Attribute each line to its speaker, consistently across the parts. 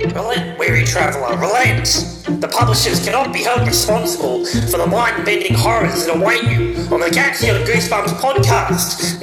Speaker 1: Relent, weary traveller, relent! The publishers cannot be held responsible for the mind bending horrors that await you on the Gatfield Goosebumps podcast!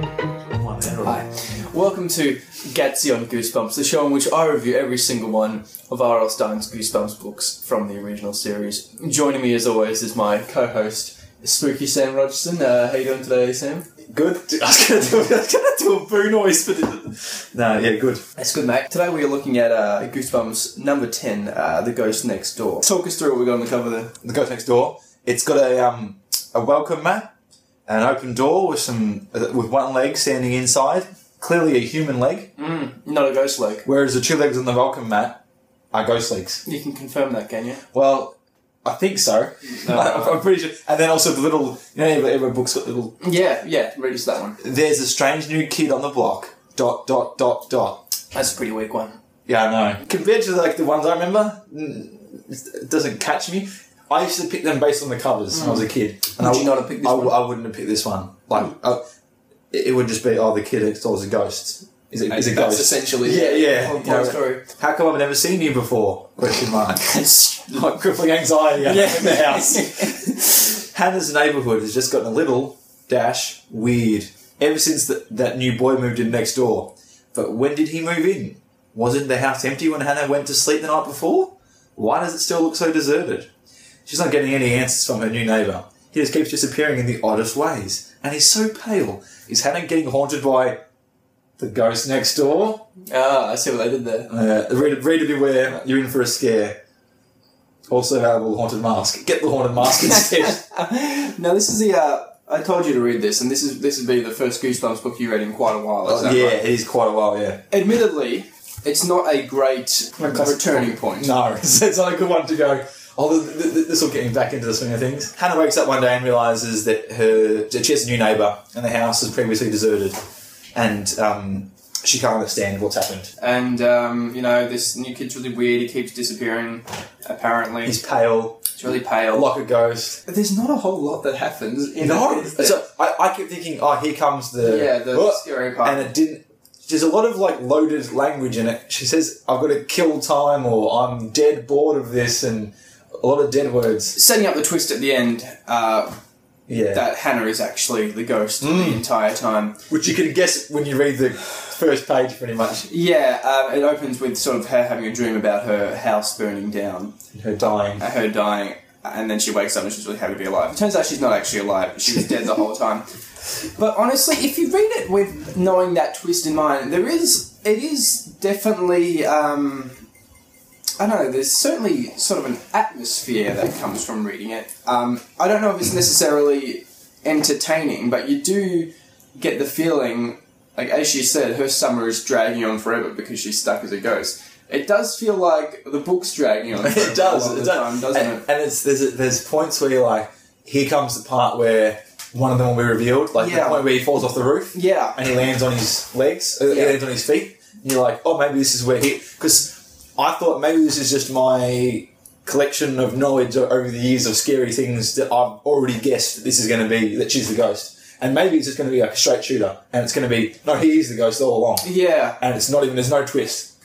Speaker 2: Hi, welcome to Gatsy on Goosebumps, the show in which I review every single one of R.L. Stein's Goosebumps books from the original series. Joining me, as always, is my co-host, Spooky Sam Rogerson. Uh, how you doing today, Sam?
Speaker 3: Good. I was gonna do, I was gonna do a boo noise, but it, no, yeah, good.
Speaker 2: That's good, mate. Today we are looking at uh, Goosebumps number ten, uh, The Ghost Next Door. Talk us through what we got on the cover there.
Speaker 3: The ghost next door. It's got a um a welcome mat, an open door with some uh, with one leg standing inside, clearly a human leg.
Speaker 2: Not a ghost leg.
Speaker 3: Whereas the two legs on the welcome mat are ghost legs.
Speaker 2: You can confirm that, can you?
Speaker 3: Well, I think so. I, am pretty sure. And then also the little, you know, every, every book's got little.
Speaker 2: Yeah, yeah. Read us that one.
Speaker 3: There's a strange new kid on the block. Dot dot dot dot.
Speaker 2: That's a pretty weak one.
Speaker 3: Yeah, I know. Compared to like the ones I remember, mm, it doesn't catch me. I used to pick them based on the covers when I was a kid. And
Speaker 2: Would
Speaker 3: I,
Speaker 2: you not have picked this
Speaker 3: I,
Speaker 2: one? Mm.
Speaker 3: I wouldn't have picked this one. Like, I- it it would just be, oh, the kid next door is a ghost. Is it, is it
Speaker 2: That's
Speaker 3: ghost?
Speaker 2: essentially
Speaker 3: yeah, yeah.
Speaker 2: Whole
Speaker 3: You know,
Speaker 2: story.
Speaker 3: How come I've never seen you before? Question mark. it's like crippling anxiety
Speaker 2: Yeah.
Speaker 3: in the house. Hannah's neighbourhood has just gotten a little dash weird ever since that that new boy moved in next door. But when did he move in? Wasn't the house empty when Hannah went to sleep the night before? Why does it still look so deserted? She's not getting any answers from her new neighbour. He just keeps disappearing in the oddest ways. And he's so pale. Is Hannah getting haunted by the ghost next door?
Speaker 2: Ah, I see what they did there.
Speaker 3: Uh, reader, reader beware, you're in for a scare. Also available haunted mask. Get the haunted mask instead.
Speaker 2: Now this is the. Uh, I told you to read this, and this is this would be the first Goosebumps book you read in quite a while. Is that
Speaker 3: yeah,
Speaker 2: right?
Speaker 3: it is quite a while. Yeah.
Speaker 2: Admittedly, it's not a great returning point.
Speaker 3: No, it's, it's not a good one to go. Oh, th- th- th- this will get him back into the swing of things. Hannah wakes up one day and realizes that her that she has a new neighbor and the house is previously deserted, and um, she can't understand what's happened.
Speaker 2: And um, you know this new kid's really weird. He keeps disappearing. Apparently,
Speaker 3: He's pale,
Speaker 2: it's really pale.
Speaker 3: like a ghost.
Speaker 2: There's not a whole lot that happens. In
Speaker 3: No,
Speaker 2: it, is there?
Speaker 3: so I, I kept thinking, oh, here comes the
Speaker 2: yeah, the
Speaker 3: Oh,
Speaker 2: scary part.
Speaker 3: and it didn't. There's a lot of like loaded language in it. She says, "I've got to kill time," or "I'm dead bored of this," and a lot of dead words.
Speaker 2: Setting up the twist at the end uh,
Speaker 3: Yeah,
Speaker 2: that Hannah is actually the ghost
Speaker 3: Mm.
Speaker 2: the entire time.
Speaker 3: which you can guess when you read the first page, pretty much.
Speaker 2: Yeah, um, it opens with sort of her having a dream about her house burning down.
Speaker 3: Her dying.
Speaker 2: at her dying, and then she wakes up and she's really happy to be alive. It turns out she's not actually alive; she was dead the whole time. But honestly, if you read it with knowing that twist in mind, there is it is definitely um, I don't know. There's certainly sort of an atmosphere that comes from reading it. Um, I don't know if it's necessarily entertaining, but you do get the feeling, like as she said, her summer is dragging on forever because she's stuck as a ghost. It does feel like the book's dragging on. forever
Speaker 3: It
Speaker 2: a
Speaker 3: does.
Speaker 2: lot of
Speaker 3: It
Speaker 2: the
Speaker 3: does.
Speaker 2: time, doesn't
Speaker 3: and,
Speaker 2: it?
Speaker 3: and it's there's there's points where you're like, here comes the part where one of them will be revealed, like
Speaker 2: Yeah.
Speaker 3: the point where he falls off the roof.
Speaker 2: Yeah.
Speaker 3: and he lands on his legs, uh,
Speaker 2: Yeah.
Speaker 3: he lands on his feet, and you're like, oh, maybe this is where he. Because I thought maybe this is just my collection of knowledge o- over the years of scary things that I've already guessed that this is going to be, that she's the ghost. And maybe it's just going to be like a straight shooter, and it's going to be, no, he is the ghost all along.
Speaker 2: yeah,
Speaker 3: And it's not even, there's no twist.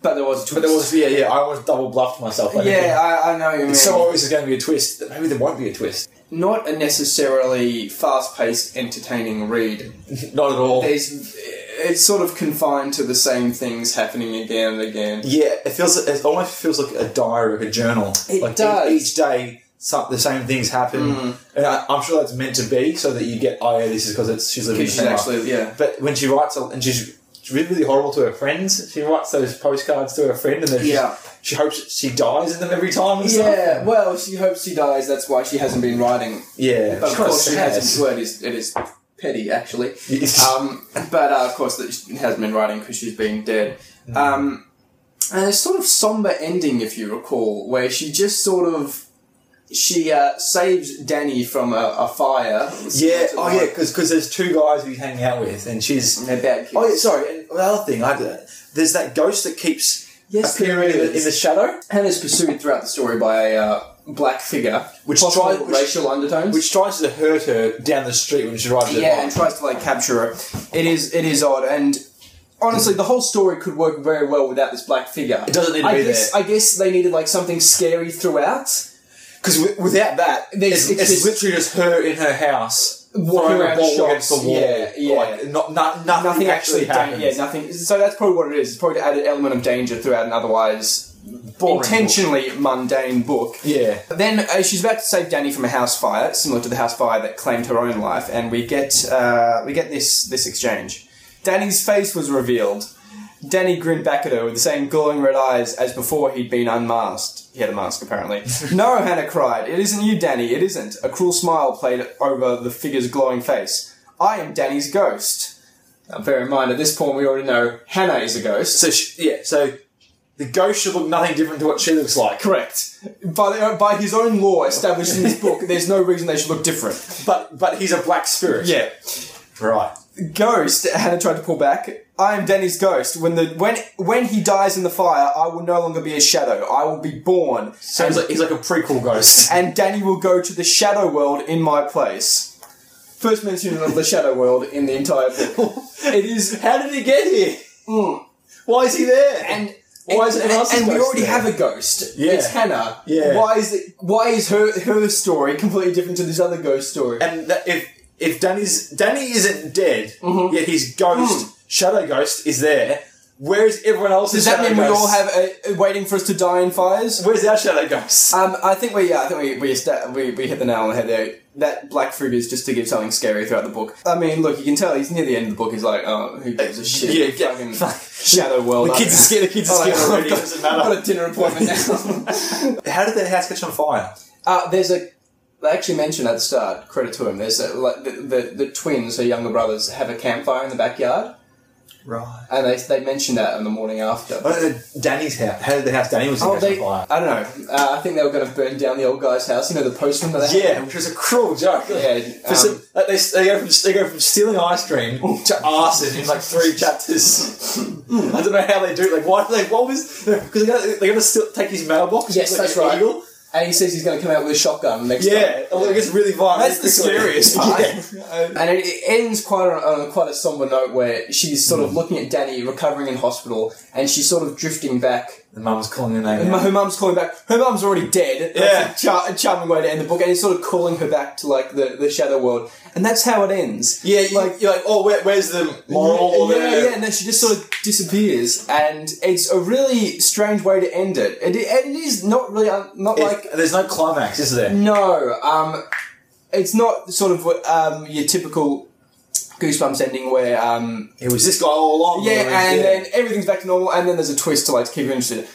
Speaker 2: but there was a twist.
Speaker 3: But there was, yeah, yeah, I almost double bluffed myself. Like,
Speaker 2: yeah, I, I know what you mean.
Speaker 3: It's so obvious there's going to be a twist that maybe there won't be a twist.
Speaker 2: not a necessarily fast-paced, entertaining read.
Speaker 3: Not at all.
Speaker 2: There's, it's sort of confined to the same things happening again and again.
Speaker 3: Yeah, it feels it almost feels like a diary, like a journal.
Speaker 2: It
Speaker 3: like
Speaker 2: does. Mm.
Speaker 3: e- Each, day, some, the same things happen, and I, I'm sure that's meant to be so that you get, oh yeah, this is because it's she's living.
Speaker 2: Because
Speaker 3: in
Speaker 2: she's
Speaker 3: Denmark.
Speaker 2: actually, yeah.
Speaker 3: But when she writes, a- and she's she's really, really horrible to her friends. She writes those postcards to her friend, and then she's-
Speaker 2: Yeah.
Speaker 3: she hopes she dies in them every time. And
Speaker 2: Yeah,
Speaker 3: stuff.
Speaker 2: well, she hopes she dies. That's why she hasn't been writing.
Speaker 3: yeah.
Speaker 2: But of
Speaker 3: She kinda
Speaker 2: course, she
Speaker 3: says.
Speaker 2: hasn't. Well, it is, it is petty, actually.
Speaker 3: Yes.
Speaker 2: Um, but uh, of course, that she hasn't been writing because she's been dead.
Speaker 3: Mm.
Speaker 2: Um, and a sort of somber ending, if you recall, where she just sort of she uh, saves Danny from a, a fire.
Speaker 3: Yeah. Oh yeah, because there's two guys who you hang out with, and she's
Speaker 2: And they're bad kids.
Speaker 3: Oh, yeah, sorry. And the other thing, I, there's that ghost that keeps
Speaker 2: Yes, there
Speaker 3: appearing in the,
Speaker 2: is.
Speaker 3: in the shadow.
Speaker 2: Hannah's pursued throughout the story by a, uh, black figure,
Speaker 3: Which
Speaker 2: possible
Speaker 3: tried- which-
Speaker 2: racial undertones,
Speaker 3: which tries to hurt her down the street when she arrives
Speaker 2: yeah,
Speaker 3: at
Speaker 2: and
Speaker 3: home.
Speaker 2: tries to like capture her. It is it is odd, and honestly, the whole story could work very well without this black figure. It
Speaker 3: doesn't need to
Speaker 2: I
Speaker 3: be
Speaker 2: guess,
Speaker 3: there.
Speaker 2: I guess they needed like something scary throughout.
Speaker 3: Because without that,
Speaker 2: There's-
Speaker 3: it's,
Speaker 2: it's
Speaker 3: it's,
Speaker 2: just-
Speaker 3: literally just her in her house
Speaker 2: Walking
Speaker 3: throwing
Speaker 2: around
Speaker 3: a ball
Speaker 2: shops,
Speaker 3: against the wall.
Speaker 2: yeah, yeah.
Speaker 3: Like, not, not, nothing,
Speaker 2: Nothing
Speaker 3: actually
Speaker 2: actually,
Speaker 3: happens.
Speaker 2: yeah, nothing. So that's probably what it is. It's probably to add an element of danger throughout an otherwise
Speaker 3: Boring
Speaker 2: intentionally mundane book.
Speaker 3: Yeah.
Speaker 2: But Then uh, she's about to save Danny from a house fire, similar to the house fire that claimed her own life, and we get uh, we get this this exchange. Danny's face was revealed. Danny grinned back at her with the same glowing red eyes as before he'd been unmasked. He had a mask, apparently. no, Hannah cried. It isn't you, Danny. It isn't. A cruel smile played over the figure's glowing face. I am Danny's ghost. Now, bear in mind, at this point, we already know Hannah is a ghost.
Speaker 3: So she, yeah, so the ghost should look nothing different to what she looks like.
Speaker 2: Correct. By, the, by his own law established in this book, there's no reason they should look different.
Speaker 3: But but he's a black spirit.
Speaker 2: Yeah.
Speaker 3: Right.
Speaker 2: Ghost, Hannah tried to pull back. I am Danny's ghost. When the when when he dies in the fire, I will no longer be a shadow. I will be born.
Speaker 3: So he's like, he's like a prequel ghost.
Speaker 2: And Danny will go to the shadow world in my place. First mention of the shadow world in the entire book. It is
Speaker 3: How did he get here? Why is he there?
Speaker 2: Hmm. and
Speaker 3: Why is
Speaker 2: and,
Speaker 3: it us
Speaker 2: and we
Speaker 3: ghost
Speaker 2: already
Speaker 3: there?
Speaker 2: have a ghost.
Speaker 3: Yeah.
Speaker 2: It's Hannah.
Speaker 3: Yeah.
Speaker 2: Why is it, why is her her story completely different to this other ghost story?
Speaker 3: and that if if Danny's Danny isn't dead,
Speaker 2: Mm-hmm.
Speaker 3: yet his ghost shadow ghost is there. Where is everyone else's?
Speaker 2: Hmm. Does that
Speaker 3: shadow
Speaker 2: mean we
Speaker 3: ghost?
Speaker 2: all have a, a waiting for us to die in fires?
Speaker 3: Where's our shadow ghost?
Speaker 2: Um, I think we, yeah, I think we we, sta we we hit the nail on the head there. That black figure is just to give something scary throughout the book. I mean, look, you can tell he's near the end of the book. He's like, oh, who gives a shit?
Speaker 3: Yeah, yeah,
Speaker 2: fucking
Speaker 3: fuck.
Speaker 2: shadow world.
Speaker 3: the kids are scared. The kids are
Speaker 2: Oh,
Speaker 3: scared
Speaker 2: yeah,
Speaker 3: already. It
Speaker 2: I've
Speaker 3: doesn't
Speaker 2: I've got
Speaker 3: matter.
Speaker 2: a dinner appointment now.
Speaker 3: How did that house catch on fire?
Speaker 2: uh, there's a. They actually mentioned at the start. Credit to him. There's a, like the, the the twins, her younger brothers, have a campfire in the backyard,
Speaker 3: Right.
Speaker 2: and they they mentioned that on the morning after.
Speaker 3: Oh, no, no, Danny's house. How did the house Danny was in
Speaker 2: Oh,
Speaker 3: catch
Speaker 2: they,
Speaker 3: on fire?
Speaker 2: I don't know. Uh, I think they were going to burn down the old guy's house. You know, the postman that they had?
Speaker 3: Yeah, which was a cruel joke.
Speaker 2: Yeah,
Speaker 3: For some- like, they, they, go from, they go from stealing ice cream to arson in like three chapters. I don't know how they do it. Like, why do they? What was? Because they're gonna, they're gonna steal, take his mailbox.
Speaker 2: Yes,
Speaker 3: like,
Speaker 2: that's
Speaker 3: an
Speaker 2: right.
Speaker 3: eagle.
Speaker 2: and he says he's going to come out with a shotgun next time.
Speaker 3: Yeah, well, it gets really violent.
Speaker 2: That's the scariest part.
Speaker 3: Yeah.
Speaker 2: And it, it ends quite on, on quite a somber note where she's sort of looking at Danny recovering in hospital, and she's sort of drifting back.
Speaker 3: The mum's calling her name.
Speaker 2: And Her mum's calling back. Her mum's already dead.
Speaker 3: Yeah.
Speaker 2: That's a, char- a charming way to end the book, and he's sort of calling her back to like the, the shadow world, and that's how it ends.
Speaker 3: yeah, Oh, you, like you're like, oh, where, where's the moral? or
Speaker 2: yeah,
Speaker 3: the-
Speaker 2: yeah, and then she just sort of disappears, and it's a really strange way to end it. It, it is not really un- not
Speaker 3: It-
Speaker 2: like
Speaker 3: there's no climax, is there?
Speaker 2: No, um, it's not sort of what, um, your typical Goosebumps ending where um,
Speaker 3: It was this guy all along.
Speaker 2: yeah,
Speaker 3: or it was-
Speaker 2: and
Speaker 3: yeah.
Speaker 2: then everything's back to normal, and then there's a twist to like to keep you interested.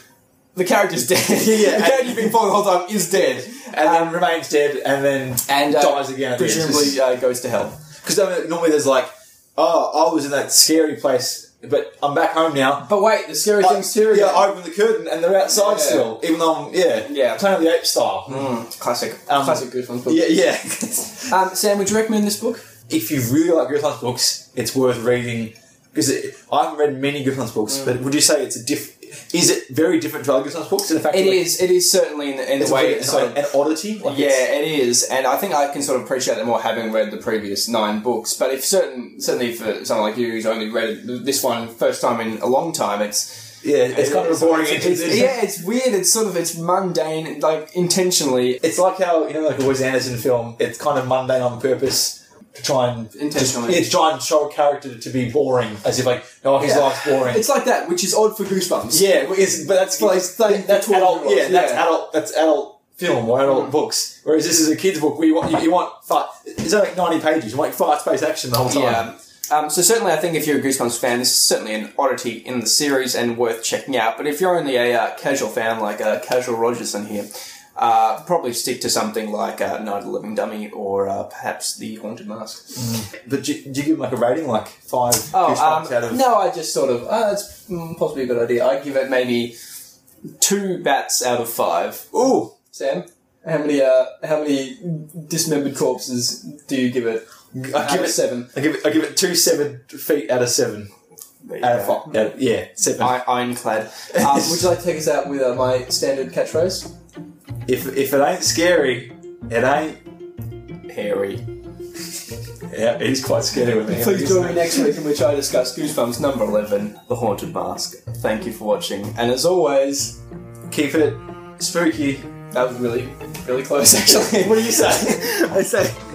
Speaker 2: The character's dead.
Speaker 3: yeah,
Speaker 2: the
Speaker 3: and-
Speaker 2: character you've been following the whole time is dead,
Speaker 3: and then remains dead, Um, and then
Speaker 2: and uh,
Speaker 3: dies again.
Speaker 2: Presumably uh, goes to hell.
Speaker 3: because normally there's like, oh, I was in that scary place, but I'm back home now.
Speaker 2: But wait, the scary
Speaker 3: I-
Speaker 2: thing's here
Speaker 3: yeah,
Speaker 2: again.
Speaker 3: I open the curtain and they're outside
Speaker 2: Yeah.
Speaker 3: still, even though I'm yeah,
Speaker 2: Yeah.
Speaker 3: Planet of the Apes style.
Speaker 2: Mm, classic,
Speaker 3: Um,
Speaker 2: classic Goosebumps book.
Speaker 3: Yeah, yeah.
Speaker 2: Um, Sam, would you recommend this book?
Speaker 3: if you really like Griffith's books, it's worth reading because it, I haven't read many Griffith's books, but would you say it's a diff? Is it very different to other Griffith's books? In fact,
Speaker 2: It is. It is certainly in the, in
Speaker 3: It's
Speaker 2: the way
Speaker 3: like
Speaker 2: it's
Speaker 3: an,
Speaker 2: sort of
Speaker 3: an oddity. Like
Speaker 2: Yeah,
Speaker 3: it's-
Speaker 2: it is, and I think I can sort of appreciate it more having read the previous nine books. But if certain, certainly for someone like you who's only read this one first time in a long time, it's
Speaker 3: yeah. It's, kind of a boring.
Speaker 2: It's,
Speaker 3: It's,
Speaker 2: it's- yeah, it's weird. It's sort of it's mundane, like intentionally,
Speaker 3: it's like how you know, like a Wes Anderson film. It's kind of mundane on purpose to try and
Speaker 2: intentionally.
Speaker 3: yeah, to try and show a character to be boring, as if like, oh, his
Speaker 2: Yeah.
Speaker 3: life's boring.
Speaker 2: It's like that, which is odd for Goosebumps.
Speaker 3: Yeah, but it's, but that's
Speaker 2: Well,
Speaker 3: like
Speaker 2: it's like
Speaker 3: that's
Speaker 2: the
Speaker 3: adult.
Speaker 2: 12-year-olds,
Speaker 3: Yeah, that's
Speaker 2: yeah. Mm.
Speaker 3: adult. That's adult film or adult books. Whereas this is a kids book. where you want you, you want fa- it's only like ninety pages. You want fast paced action the whole time.
Speaker 2: Yeah. Um, so certainly, I think if you're a Goosebumps fan, this is certainly an oddity in the series and worth checking out. But if you're only a uh, casual fan, like uh, casual Rogerson here, uh, probably stick to something like uh, Night of the Living Dummy or uh, perhaps The Haunted Mask.
Speaker 3: But do, you- do you give them like a rating, like five?
Speaker 2: Oh,
Speaker 3: fish bumps out of
Speaker 2: um, no, I just sort of uh, that's mm, possibly a good idea. I give it maybe two bats out of five.
Speaker 3: Ooh,
Speaker 2: Sam, how many uh, how many dismembered corpses do you give it?
Speaker 3: I
Speaker 2: Out
Speaker 3: give
Speaker 2: of
Speaker 3: it
Speaker 2: seven.
Speaker 3: I give it. I give it two seven feet out of seven. Out of five. out of- yeah, seven.
Speaker 2: I- ironclad. Um, would you like to take us out with uh, my standard catchphrase?
Speaker 3: If if it ain't scary, it ain't.
Speaker 4: Hairy.
Speaker 3: Yeah, he's quite scary with me.
Speaker 2: Please join me next week in which I discuss Goosebumps number 11.
Speaker 4: The Haunted Mask. Thank you for watching.
Speaker 2: And as always,
Speaker 3: Keep it spooky.
Speaker 2: that was really, really close actually.
Speaker 4: What do you say?
Speaker 3: I say.